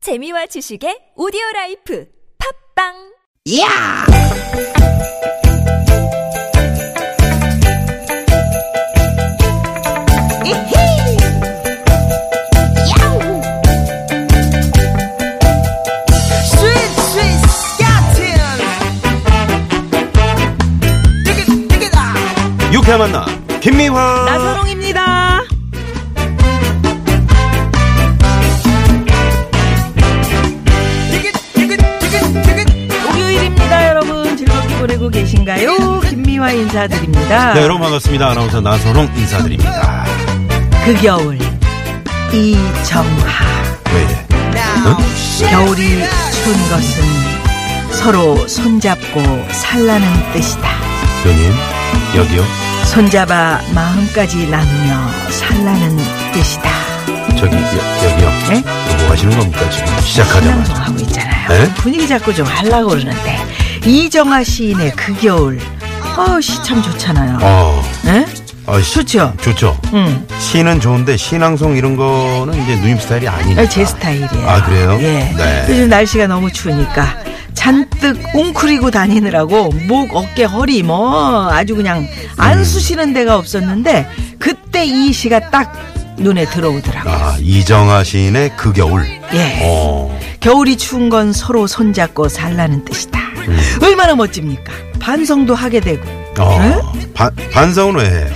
재미와 지식의 오디오 라이프 팝빵 야! 이히! 야우! 스윗, 스윗, 스캇틴! 띠깃, 띠깃아! 유쾌한 만남 김미화 나선홍입니다. 띠깃, 띠깃, 띠깃, 띠깃! 목요일입니다, 여러분. 즐겁게 보내고 계신가요? 김미화 인사드립니다. 네 여러분 반갑습니다 아나운서 나선홍 인사드립니다 그 겨울 이정하. 왜 Now, 겨울이 추운 것은 서로 손잡고 살라는 뜻이다. 연인 여기요 손잡아 마음까지 나누며 살라는 뜻이다. 저기 여, 여기요 네? 뭐 하시는 겁니까 지금 시작하자마자 하고 있잖아요. 네? 분위기 잡고 좀 하려고 그러는데 이정하 시인의 그 겨울. 어, 시참 좋잖아요. 어 예? 아, 시- 좋죠? 좋죠 응. 시는 좋은데 신앙송 이런 거는 이제 누님 스타일이 아니니까 아, 제 스타일이에요. 아, 그래요? 예. 네. 요즘 날씨가 너무 추우니까 잔뜩 웅크리고 다니느라고 목, 어깨, 허리 뭐 아주 그냥 음. 안 쑤시는 데가 없었는데 그때 이 시가 딱 눈에 들어오더라고. 요 아 이정하 시인의 그 겨울 예. 어 겨울이 추운 건 서로 손잡고 살라는 뜻이다. 음. 얼마나 멋집니까? 반성도 하게 되고. 어, 네? 반 반성은 왜 해요?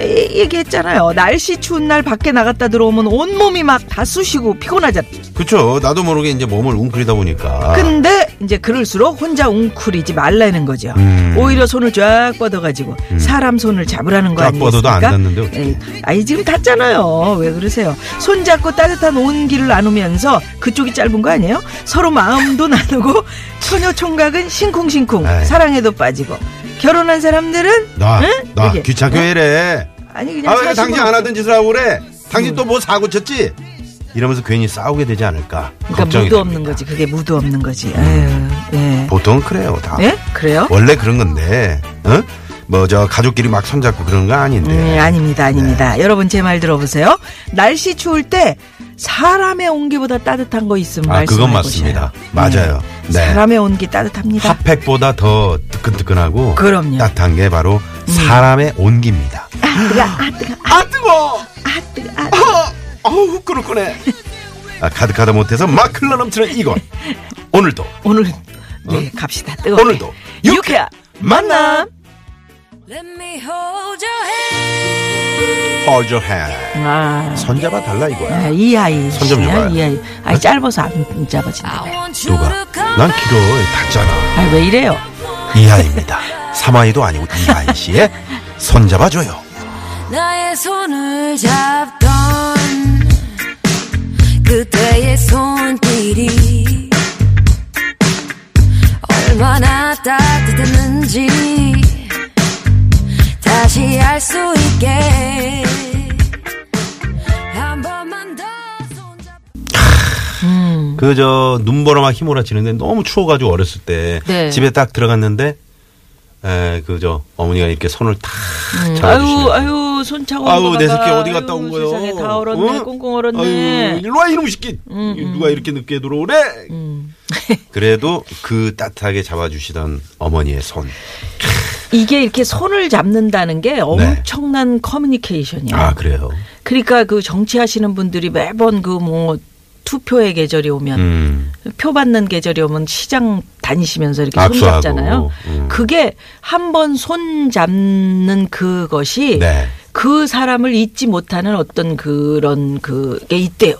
에, 예, 얘기했잖아요. 날씨 추운 날 밖에 나갔다 들어오면 온몸이 막 다 쑤시고 피곤하잖아. 그쵸 나도 모르게 이제 몸을 웅크리다 보니까 근데 이제 그럴수록 혼자 웅크리지 말라는 거죠. 음. 오히려 손을 쫙 뻗어가지고 사람 손을 잡으라는 거 쫙 아니에요? 뻗어도 안 닿는데 어떡해. 아니 지금 닿잖아요. 왜 그러세요? 손 잡고 따뜻한 온기를 나누면서 그쪽이 짧은 거 아니에요? 서로 마음도 나누고 처녀 총각은 싱쿵싱쿵 에이. 사랑에도 빠지고 결혼한 사람들은 나, 나 응? 네? 이렇게. 뭐? 귀찮게 왜 이래 아니 그냥 음. 아, 왜 사심으로 당신 안 하던 짓을 하고 그래? 당신 또 뭐 사고 쳤지? 이러면서 괜히 싸우게 되지 않을까. 그러니까 걱정이 무도 됩니다. 음. 없는 거지. 그게 무도 없는 거지. 에휴, 예. 보통은 그래요, 다. 예? 그래요? 원래 그런 건데, 어? 뭐, 저, 가족끼리 막 손잡고 그런 거 아닌데. 음, 아닙니다, 네. 아닙니다. 여러분 제 말 들어보세요. 날씨 추울 때 사람의 온기보다 따뜻한 거 있으면 아, 그건 말씀해 맞습니다. 보셔요. 맞아요. 네. 네. 사람의 온기 따뜻합니다. 핫팩보다 더 뜨끈뜨끈하고. 그럼요. 음. 따뜻한 게 바로 사람의 온기입니다. 아, 뜨거! 아, 뜨거! 아, 뜨거! 어우, 끓을 거네. 아, 가득하다 못해서 막 흘러넘치는 이건. 오늘도, 오늘 네 갑시다. 뜨거워. 어? 오늘도, 유쾌 만남. hold your hand. 아, 손잡아 달라 이거야. 아, 이 아이. 손좀 씨야, 줘봐요. 네? 이 아이. 아이 짧아서 안 잡아진다. 누가? 난 키로 닿잖아. 아, 왜 이래요? 이하입니다. 사마이도 아니고 이하이 씨의 손잡아줘요. 나의 손을 잡던 그때의 손길이 얼마나 따뜻했는지 다시 알 수 있게 한 번만 더 손잡. 그 저 눈보라 막 휘몰아치는데 너무 추워가지고 어렸을 때 네. 집에 딱 들어갔는데 그 저 어머니가 이렇게 손을 탁 음. 아유, 잡아주시는. 아유, 손 차고 아유, 오는 내 거 봐봐. 새끼 어디 갔다 온 아유, 거요? 세상에 다 얼었네. 음, 어? 꽁꽁 얼었네. 아유, 일로 와 이놈 새끼. 누가 이렇게 늦게 들어오래? 음. 그래도 그 따뜻하게 잡아주시던 어머니의 손. 이게 이렇게 손을 잡는다는 게 엄청난 네. 커뮤니케이션이에요. 아 그래요. 그러니까 그 정치하시는 분들이 매번 그 뭐 투표의 계절이 오면 음. 표 받는 계절이 오면 시장 다니시면서 이렇게 악수하고, 손 잡잖아요. 음. 그게 한 번 손 잡는 그것이 네. 그 사람을 잊지 못하는 어떤 그런 그게 있대요.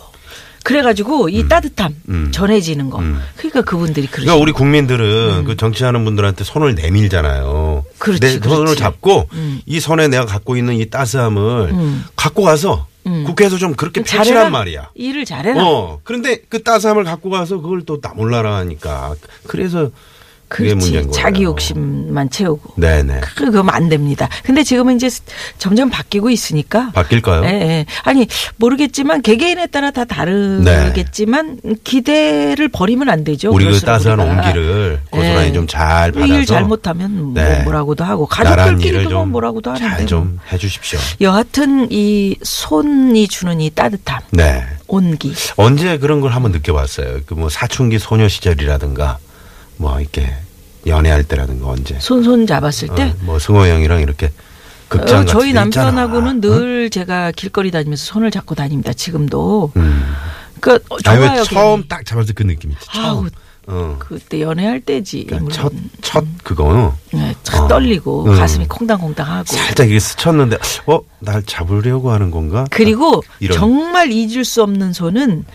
그래가지고 이 따뜻함 음. 전해지는 거. 그러니까 그분들이 그러죠. 그러니까 우리 국민들은 그 정치하는 분들한테 손을 내밀잖아요. 그렇지, 음. 내 손을 그렇지. 잡고 이 손에 내가 갖고 있는 이 따스함을 음. 갖고 가서 국회에서 좀 그렇게 펼치란 말이야. 일을 잘해라. 어. 그런데 그 따스함을 갖고 가서 그걸 또 나몰라라 하니까 그래서 그게 문제인 거예요. 자기 욕심만 채우고. 네네. 그- 그럼 안 됩니다. 근데 지금은 이제 스- 점점 바뀌고 있으니까. 바뀔까요? 예, 예. 아니 모르겠지만 개개인에 따라 다 다르겠지만 기대를 버리면 안 되죠. 네. 우리 그 그럴수록 따스한 우리가. 온기를 고스란히 예. 좀 잘 받아서 일 잘못하면 네. 뭐 뭐라고도 하고 나란 일을 가족들끼리도 뭐 뭐라고도 하는데. 잘 뭐. 좀 해주십시오. 여하튼 이 손이 주는 이 따뜻함, 네. 온기. 언제 그런 걸 한번 느껴봤어요? 그 뭐 사춘기 소녀 시절이라든가 뭐 이렇게 연애할 때라든가 언제? 손손 잡았을 때 어, 뭐 승호 형이랑 이렇게 극장 어, 같은 저희 데 있잖아. 남편하고는 어? 늘 제가 길거리 다니면서 손을 잡고 다닙니다. 지금도. 음. 그러니까 어, 아니 왜 좋아요. 처음 괜히. 딱 잡았을 그 느낌이지. 처음. 아우. 어. 그때 연애할 때지. 그러니까 첫, 물론. 첫 그거는 네, 참 어. 떨리고 음. 가슴이 콩당콩당하고. 살짝 이게 스쳤는데 어? 날 잡으려고 하는 건가? 그리고 아, 이런. 정말 잊을 수 없는 손은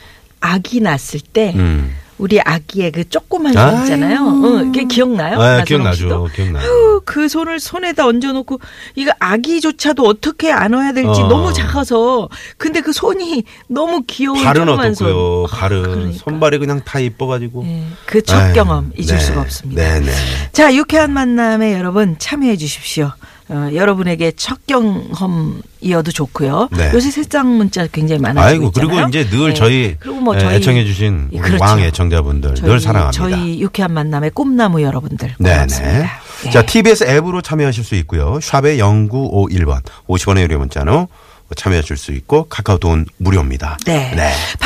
아기 낳았을 때 음. 우리 아기의 그 조그만 아유. 손 있잖아요. 응, 그게 기억나요? 아, 나선홍 씨도? 기억나죠. 기억나요. 아유, 그 손을 손에다 얹어놓고 이거 아기조차도 어떻게 안아야 될지 어. 너무 작아서 근데 그 손이 너무 귀여운 발은 조그만 어떻고요? 손. 아, 발은 그러니까. 손발이 그냥 다 이뻐가지고. 예, 그첫 아유, 경험 잊을 네, 수가 없습니다. 네, 네. 자 유쾌한 만남에 여러분 참여해 주십시오. 어, 여러분에게 첫 경험이어도 좋고요. 네. 요새 세상 문자 굉장히 많아지고 아이고 그리고 있잖아요. 이제 늘 예. 저희, 그리고 뭐 예, 저희- 애청해주신 우리 그렇죠. 왕 애청자분들 늘 사랑합니다. 저희 유쾌한 만남의 꿈나무 여러분들 네네. 고맙습니다. 예. 자, TBS 앱으로 참여하실 수 있고요. 샵의 0951번 50원의 유료 문자로 참여하실 수 있고 카카오톡은 무료입니다. 네.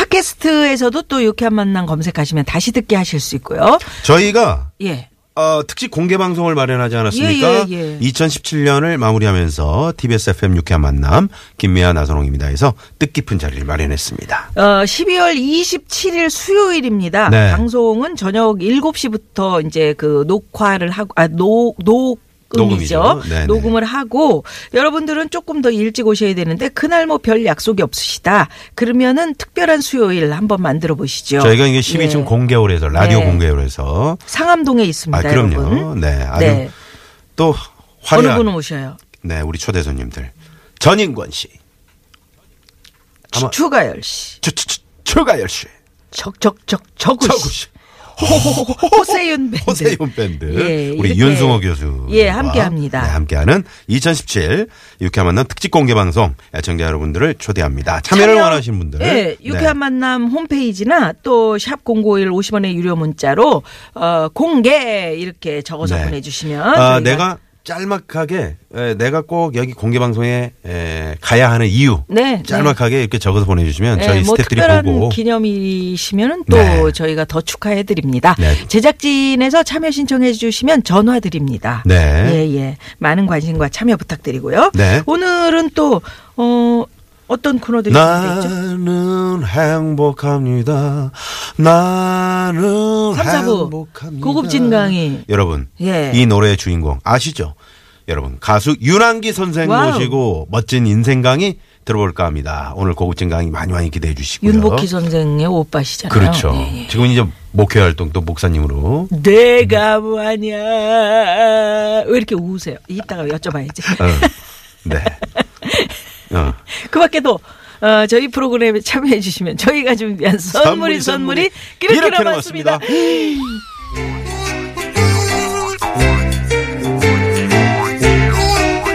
팟캐스트에서도 또 유쾌한 만남 검색하시면 다시 듣게 하실 수 있고요. 저희가 예. 어, 특집 공개 방송을 마련하지 않았습니까? 예, 예, 예. 2017년을 마무리하면서 TBS FM 유쾌한 만남 김미아 나선홍입니다. 해서 뜻깊은 자리를 마련했습니다. 어, 12월 27일 수요일입니다. 네. 방송은 저녁 7시부터 이제 그 녹화를 하고 아, 녹 녹 음이죠. 녹음이죠. 네네. 녹음을 하고 여러분들은 조금 더 일찍 오셔야 되는데 그날 뭐 별 약속이 없으시다. 그러면은 특별한 수요일 한번 만들어 보시죠. 저희가 이게 12층 예. 공개홀에서 라디오 네. 공개홀에서 상암동에 있습니다, 아 그럼요. 여러분. 네. 아주 네. 또 어느 화려한 분은 오셔요? 네, 우리 초대 손님들. 전인권 씨. 아마- 추가열 씨, 추, 추, 추, 추가열 씨. 적적적 적우 서구 씨, 씨. 호세윤 밴드. 호세윤 밴드. 예, 우리 이렇게- 윤승호 교수. 예, 함께합니다. 네, 함께하는 2017 유쾌한 만남 특집 공개 방송 애청자 여러분들을 초대합니다. 참여를 참여- 원하시는 분들. 네. 예, 유쾌한 만남 홈페이지나 또 샵 051 50원의 유료 문자로 어, 공개 이렇게 적어서 네. 보내주시면 아, 저희가 내가 짤막하게 에, 내가 꼭 여기 공개 방송에 에, 가야 하는 이유. 네, 짤막하게 이렇게 적어서 보내주시면 예, 저희 뭐 스태프들이 특별한 보고 기념이시면은 또 네. 저희가 더 축하해 드립니다. 네. 제작진에서 참여 신청해 주시면 전화 드립니다. 네. 예, 예. 많은 관심과 참여 부탁드리고요. 네. 오늘은 또 어, 어떤 코너들이 준비됐죠? 나는 행복합니다. 나는 삼사부 행복합니다. 고급진 강의. 여러분, 예. 이 노래의 주인공 아시죠? 여러분, 가수 윤한기 선생 와우. 모시고 멋진 인생 강의 들어볼까 합니다. 오늘 고급진 강의 많이 많이 기대해 주시고요. 윤복희 선생의 오빠시잖아요. 그렇죠. 예, 예. 지금 이제 목회 활동 또 목사님으로 내가 뭐냐 왜 이렇게 우세요? 이따가 여쭤봐야지. 어, 네. 어. 그밖에도 어, 저희 프로그램에 참여해 주시면 저희가 준비한 선물이 선물이 이렇게 이렇게 나왔습니다. 나왔습니다.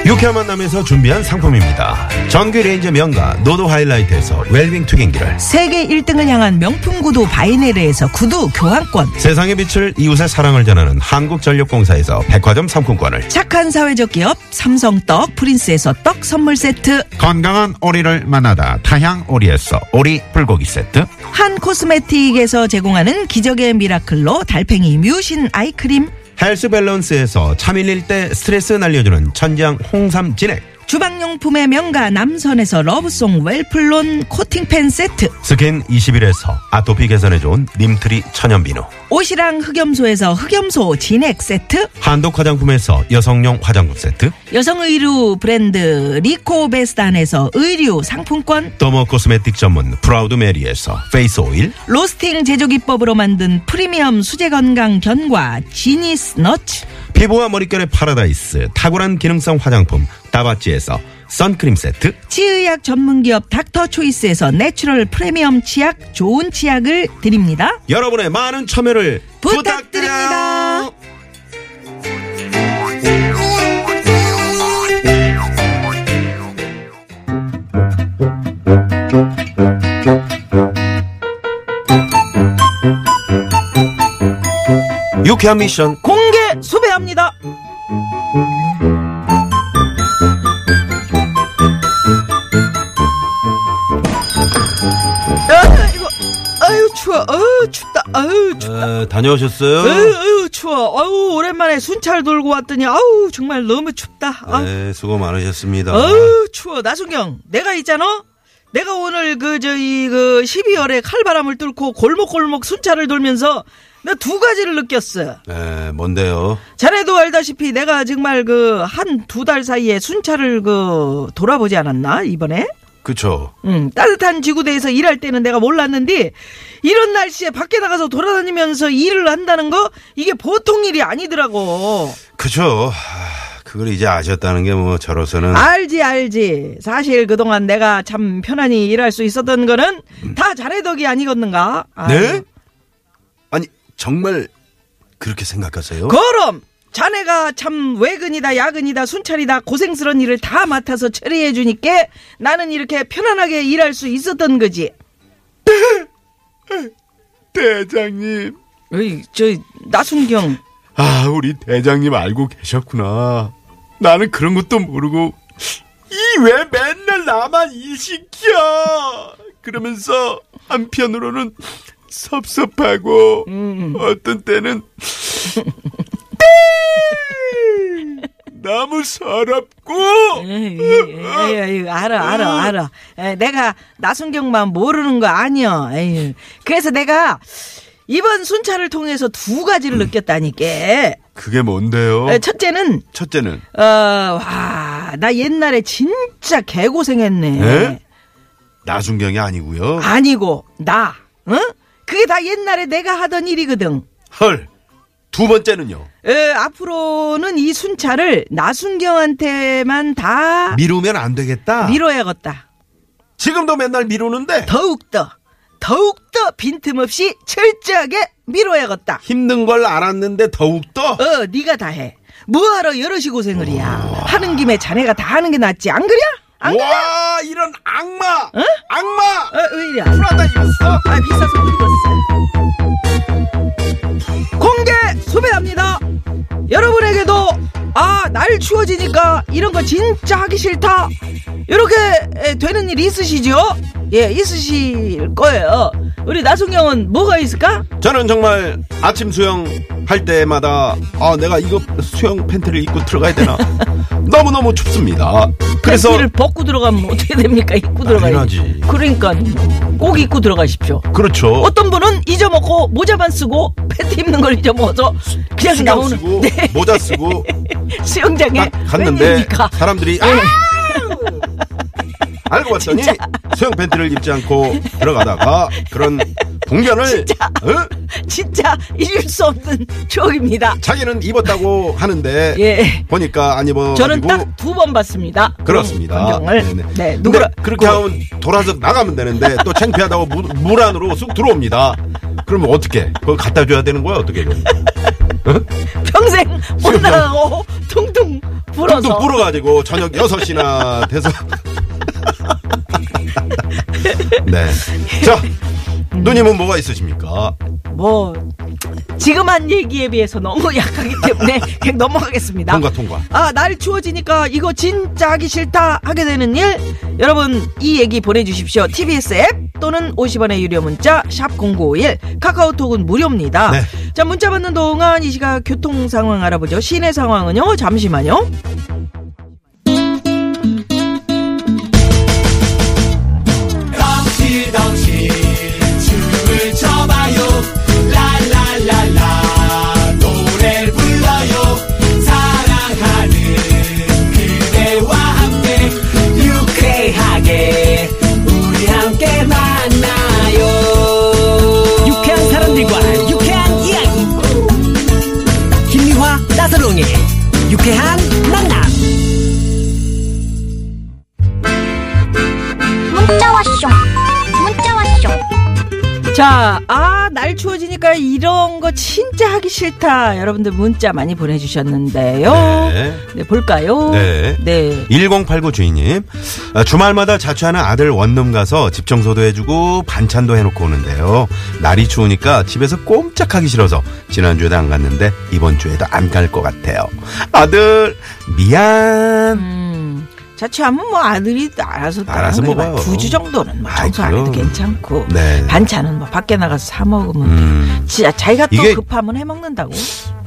유쾌한 만남에서 준비한 상품입니다. 전기 레인저 명가 노도 하이라이트에서 웰빙 투갱기를 세계 1등을 향한 명품 구두 바이네르에서 구두 교환권 세상의 빛을 이웃의 사랑을 전하는 한국전력공사에서 백화점 상품권을 착한 사회적 기업 삼성떡 프린스에서 떡 선물 세트 건강한 오리를 만나다 타향 오리에서 오리 불고기 세트 한 코스메틱에서 제공하는 기적의 미라클로 달팽이 뮤신 아이크림 헬스 밸런스에서 참일릴 때 스트레스 날려주는 천장 홍삼 진액 주방용품의 명가 남선에서 러브송 웰플론 코팅팬 세트 스킨 21에서 아토피 개선에 좋은 님트리 천연비누 옷이랑 흑염소에서 흑염소 진액 세트 한독 화장품에서 여성용 화장품 세트 여성 의류 브랜드 리코베스탄에서 의류 상품권 더머 코스메틱 전문 프라우드 메리에서 페이스 오일 로스팅 제조 기법으로 만든 프리미엄 수제 건강 견과 지니스 너츠 피부와 머릿결의 파라다이스 탁월한 기능성 화장품 다바찌에서 선크림 세트 치의학 전문 기업 닥터 초이스에서 내추럴 프리미엄 치약 좋은 치약을 드립니다. 여러분의 많은 참여를 부탁드립니다. 부탁드립니다. 유쾌한 미션 공개 수배합니다. 아이고, 아유 추워, 아유 춥다, 아유 추, 아유, 어, 다녀오셨어요? 아유 추워, 아유 오랜만에 순찰 돌고 왔더니 아유 정말 너무 춥다. 아유, 네, 수고 많으셨습니다. 아유 추워, 나순경, 내가 있잖아. 내가 오늘 그 저기 그 12월에 칼바람을 뚫고 골목골목 순찰을 돌면서 나 두 가지를 느꼈어. 네, 뭔데요? 자네도 알다시피 내가 정말 그 한 두 달 사이에 순찰을 그 돌아보지 않았나 이번에? 그쵸? 음, 따뜻한 지구대에서 일할 때는 내가 몰랐는데 이런 날씨에 밖에 나가서 돌아다니면서 일을 한다는 거 이게 보통 일이 아니더라고. 그쵸? 하, 그걸 이제 아셨다는 게 뭐 저로서는 알지 알지. 사실 그동안 내가 참 편안히 일할 수 있었던 거는 다 자네 덕이 아니겠는가? 네? 아유. 아니 정말 그렇게 생각하세요? 그럼 자네가 참 외근이다 야근이다 순찰이다 고생스러운 일을 다 맡아서 처리해 주니까 나는 이렇게 편안하게 일할 수 있었던 거지. 대장님. 어이 저 나순경 아, 우리 대장님 알고 계셨구나. 나는 그런 것도 모르고, 이 왜 맨날 나만 일 시켜! 그러면서 한편으로는 섭섭하고, 음. 어떤 때는, 네! 너무 서럽고, 네. 에이, 에이, 에이, 알아 알아 알아. 에, 내가 나순경만 모르는 거 아니야. 에이. 그래서 내가 이번 순찰을 통해서 두 가지를 느꼈다니까. 그게 뭔데요? 아, 에, 첫째는 첫째는, 어, 와, 나 옛날에 진짜 개고생했네. 에? 나순경이 아니고요. 아니고 나, 응? 그게 다 옛날에 내가 하던 일이거든. 헐. 두 번째는요? 에, 앞으로는 이 순찰을 나순경한테만 다 미루면 안 되겠다. 밀어야겠다. 지금도 맨날 미루는데 더욱더, 더욱더 빈틈없이 철저하게 밀어야겠다. 힘든 걸 알았는데 더욱더 어, 네가 다 해. 뭐하러 여럿이 고생을이야. 하는 김에 자네가 다 하는 게 낫지. 안 그래? 안 그래? 와 이런 악마 악마 어, 왜 이래? 불하다 입었어 아, 비싸서 못 입었어. 공개 소배합니다. 여러분에게도 아, 날 추워지니까 이런 거 진짜 하기 싫다. 이렇게 에, 되는 일 있으시죠? 예, 있으실 거예요. 우리 나성경은 뭐가 있을까? 저는 정말 아침 수영 할 때마다 아 내가 이거 수영 팬티를 입고 들어가야 되나 너무 너무 춥습니다. 그래서 팬티를 벗고 들어가면 어떻게 됩니까? 입고 들어가야지. 당연하지. 그러니까 꼭 입고 들어가십시오. 그렇죠. 어떤 분은 잊어먹고 모자만 쓰고 팬티 입는 걸 잊어먹어서 그냥 수경 나오는 쓰고 네. 모자 쓰고 수영장에 딱 갔는데 웬일입니까? 네. 사람들이 아! 알고 봤더니 수영 팬티를 입지 않고 들어가다가 그런 공연을 어? 진짜 잊을 수 없는 추억입니다. 자기는 입었다고 하는데 예. 보니까 안 입어 저는 가지고 딱 두 번 봤습니다. 그렇습니다. 경을 네네. 네, 근데 누구라 그렇게 하면 돌아서 나가면 되는데 또 창피하다고 무, 무란으로 쑥 들어옵니다. 그러면 어떻게? 그걸 갖다 줘야 되는 거야 어떻게? 평생 못 나가고 퉁퉁 불어서 또 불어가지고 저녁 6시나 돼서 네. 자 누님은 뭐가 있으십니까? 뭐 지금 한 얘기에 비해서 너무 약하기 때문에 그냥 넘어가겠습니다. 통과 통과. 아, 날 추워지니까 이거 진짜 하기 싫다 하게 되는 일. 여러분, 이 얘기 보내주십시오. TBS 앱 또는 50원의 유료 문자, 샵0951. 카카오톡은 무료입니다. 네. 자, 문자 받는 동안 이 시각 교통 상황 알아보죠. 시내 상황은요, 잠시만요. 유쾌한 사람들과 유쾌한 이야기 김미화 나서롱의 유쾌한 만남 문자 왔쇼 문자 왔쇼 자, 아, 날 날 추워지니까 이런 거 진짜 하기 싫다. 여러분들 문자 많이 보내주셨는데요. 네. 네, 볼까요? 네. 네. 1089 주인님 아, 주말마다 자취하는 아들 원룸 가서 집 청소도 해주고 반찬도 해놓고 오는데요 날이 추우니까 집에서 꼼짝하기 싫어서 지난주에도 안 갔는데 이번 주에도 안 갈 것 같아요 아들 미안 음, 자취하면 뭐 아들이 알아서 알아서 먹어요. 두주 정도는 뭐 청소 안 아이, 해도 그럼. 괜찮고 네. 반찬은 뭐 밖에 나가서 사 먹으면 음. 진짜 자기가 또 이게- 급하면 해 먹는다고.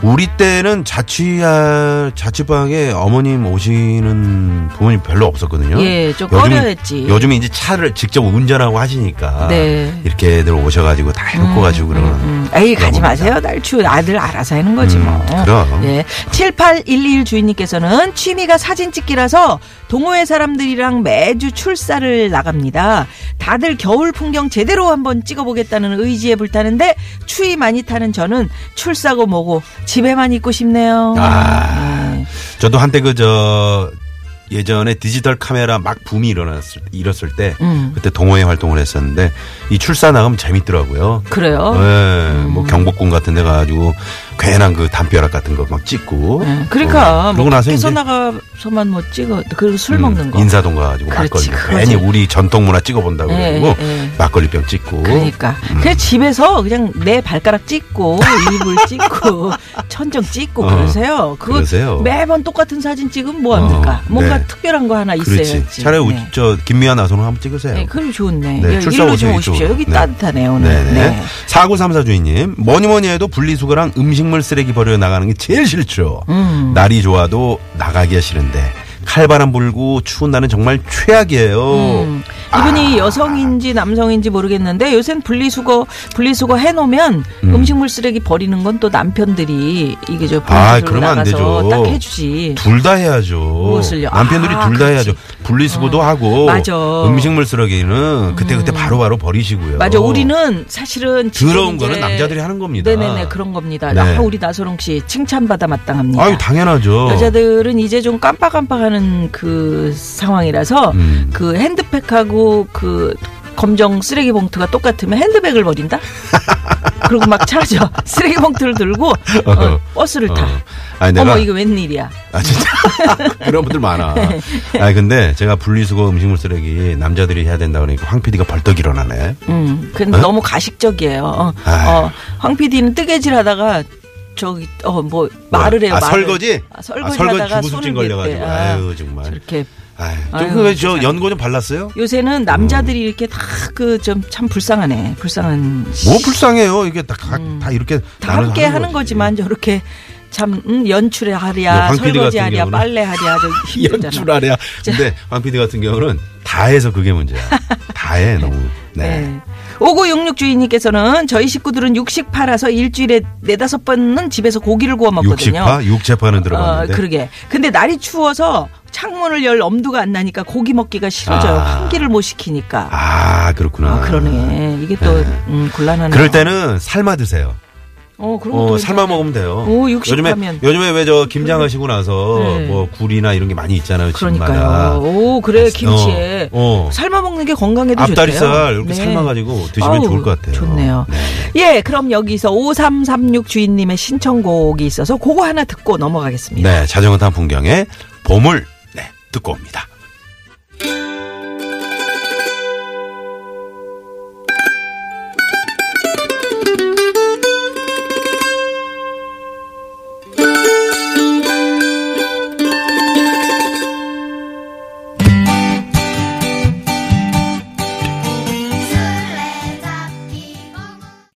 우리 때는 자취할 자취방에 어머님 오시는 부모님 별로 없었거든요. 예, 좀 꺼려했지. 요즘 이제 차를 직접 운전하고 하시니까 네. 이렇게 애들 오셔가지고 다 해놓고 가지고 그러는. 음, 에이 가지 겁니다. 마세요. 날 추운 아들 알아서 하는 거지 음, 뭐. 그럼. 예. 7811 주인님께서는 취미가 사진 찍기라서 동호회 사람들이랑 매주 출사를 나갑니다. 다들 겨울 풍경 제대로 한번 찍어보겠다는 의지에 불타는데 추위 많이 타는 저는 출사고 뭐고 집에만 있고 싶네요. 아. 네. 저도 한때 그 저 예전에 디지털 카메라 막 붐이 일어났을 일었을 때 음. 그때 동호회 활동을 했었는데 이 출사 나가면 재밌더라고요. 그래요? 예, 뭐 경복궁 같은 데 가가지고 괜한 그 담벼락 같은 거 막 찍고. 예, 그러니까 어, 뭐 그러고 나서 밖에서 이제 나가서만 뭐 찍어 그리고 술 음, 먹는 거. 인사동 가가지고 그렇지, 막걸리 그거지. 괜히 우리 전통 문화 찍어본다고 예, 그러고 예, 예. 막걸리병 찍고 그러니까 어? 음. 그냥 집에서 그냥 내 발가락 찍고 이불 찍고 천정 찍고 어, 그러세요. 그거 그러세요. 매번 똑같은 사진 찍으면 뭐합니까? 어, 네. 뭔가 특별한 거 하나 그렇지 있어야지. 차라리 우- 네. 저 김미아 나선호 한번 찍으세요. 네, 그럼 좋네. 네, 여- 출사 일로 오세요, 좀 오십시오. 이쪽으로. 여기 네. 따뜻하네 오늘. 네네. 네. 4934 주인님, 뭐니 뭐니 해도 분리수거랑 음식물 쓰레기 버려 나가는 게 제일 싫죠. 음. 날이 좋아도 나가기가 싫은데, 칼바람 불고 추운 날은 정말 최악이에요. 음, 이분이 아. 여성인지 남성인지 모르겠는데 요샌 분리수거 분리수거 해놓으면 음. 식물 쓰레기 버리는 건 또 남편들이 이게 저 아, 분리수거 그러면 안 나가서 되죠. 딱 해주지. 둘 다 해야죠. 무엇을요? 남편들이 아, 둘 다 그렇지. 해야죠. 분리수거도 하고, 맞아. 어. 음식물 쓰레기는 그때그때 바로바로 버리시고요. 음. 맞아, 우리는 사실은 지금 어. 더러운 거는 이제 남자들이 하는 겁니다. 네네네 그런 겁니다. 네. 아, 우리 나소롱 씨 칭찬받아 마땅합니다. 아유, 당연하죠. 여자들은 이제 좀 깜빡깜빡하는 그 상황이라서 음. 그 핸드백하고 그 검정 쓰레기 봉투가 똑같으면 핸드백을 버린다. 그리고 막 차죠. 쓰레기 봉투를 들고 어, 어. 버스를 어. 타. 아니, 내가. 어머 이게 웬일이야. 아 진짜 그런 분들 많아. 아 근데 제가 분리수거 그 음식물 쓰레기 남자들이 해야 된다 그러니까 황 PD가 벌떡 일어나네. 음, 근데 너무 가식적이에요. 어, 아유. 어, 황 PD는 뜨개질하다가 저기 어 뭐 말을 해요. 아, 말을. 설거지? 아, 아, 설거지 설거지 하다가 주부증 손을 걸려가지고. 냈대. 아유, 정말. 저렇게 아유, 아유, 좀그저 연고 좀 발랐어요? 요새는 음. 남자들이 이렇게 다 그 좀 참 불쌍하네. 불쌍한 뭐 불쌍해요. 이게 다, 다, 다 이렇게 음. 다 함께 나눠서 하는 거지만 저렇게 참 음, 연출에 하랴, 네, 황 PD 설거지 같은 하랴, 경우는 빨래 하랴 저 힘들잖아. 연출 아래야. 근데 황 PD 같은 경우는 다 해서 그게 문제야. 다 해 너무. 네. 네. 5966 주인님께서는 저희 식구들은 육식 팔아서 일주일에 네다섯 번은 집에서 고기를 구워 먹거든요. 아, 육식파, 육체파는 어, 들어봤는데. 그러게. 근데 날이 추워서 창문을 열 엄두가 안 나니까 고기 먹기가 싫어져요. 아. 환기를 못 시키니까. 아 그렇구나. 아, 그러네. 이게 또 음, 곤란하네. 그럴 때는 삶아 드세요. 어, 그런 것도 어, 괜찮- 삶아 먹으면 돼요. 오, 육식하면. 요즘에 요즘에 왜 저 김장 하시고 나서 음. 네. 뭐 굴이나 이런 게 많이 있잖아요. 집마다. 그러니까요. 오, 그래 네, 김치에 어, 어. 삶아 먹는 게 건강에도 좋대요. 앞다리살 이렇게 네. 삶아가지고 드시면 아우, 좋을 것 같아요. 좋네요. 네. 예, 그럼 여기서 5336 주인님의 신청곡이 있어서 그거 하나 듣고 넘어가겠습니다. 네, 자전거 탄 풍경에 보물 네, 듣고 옵니다.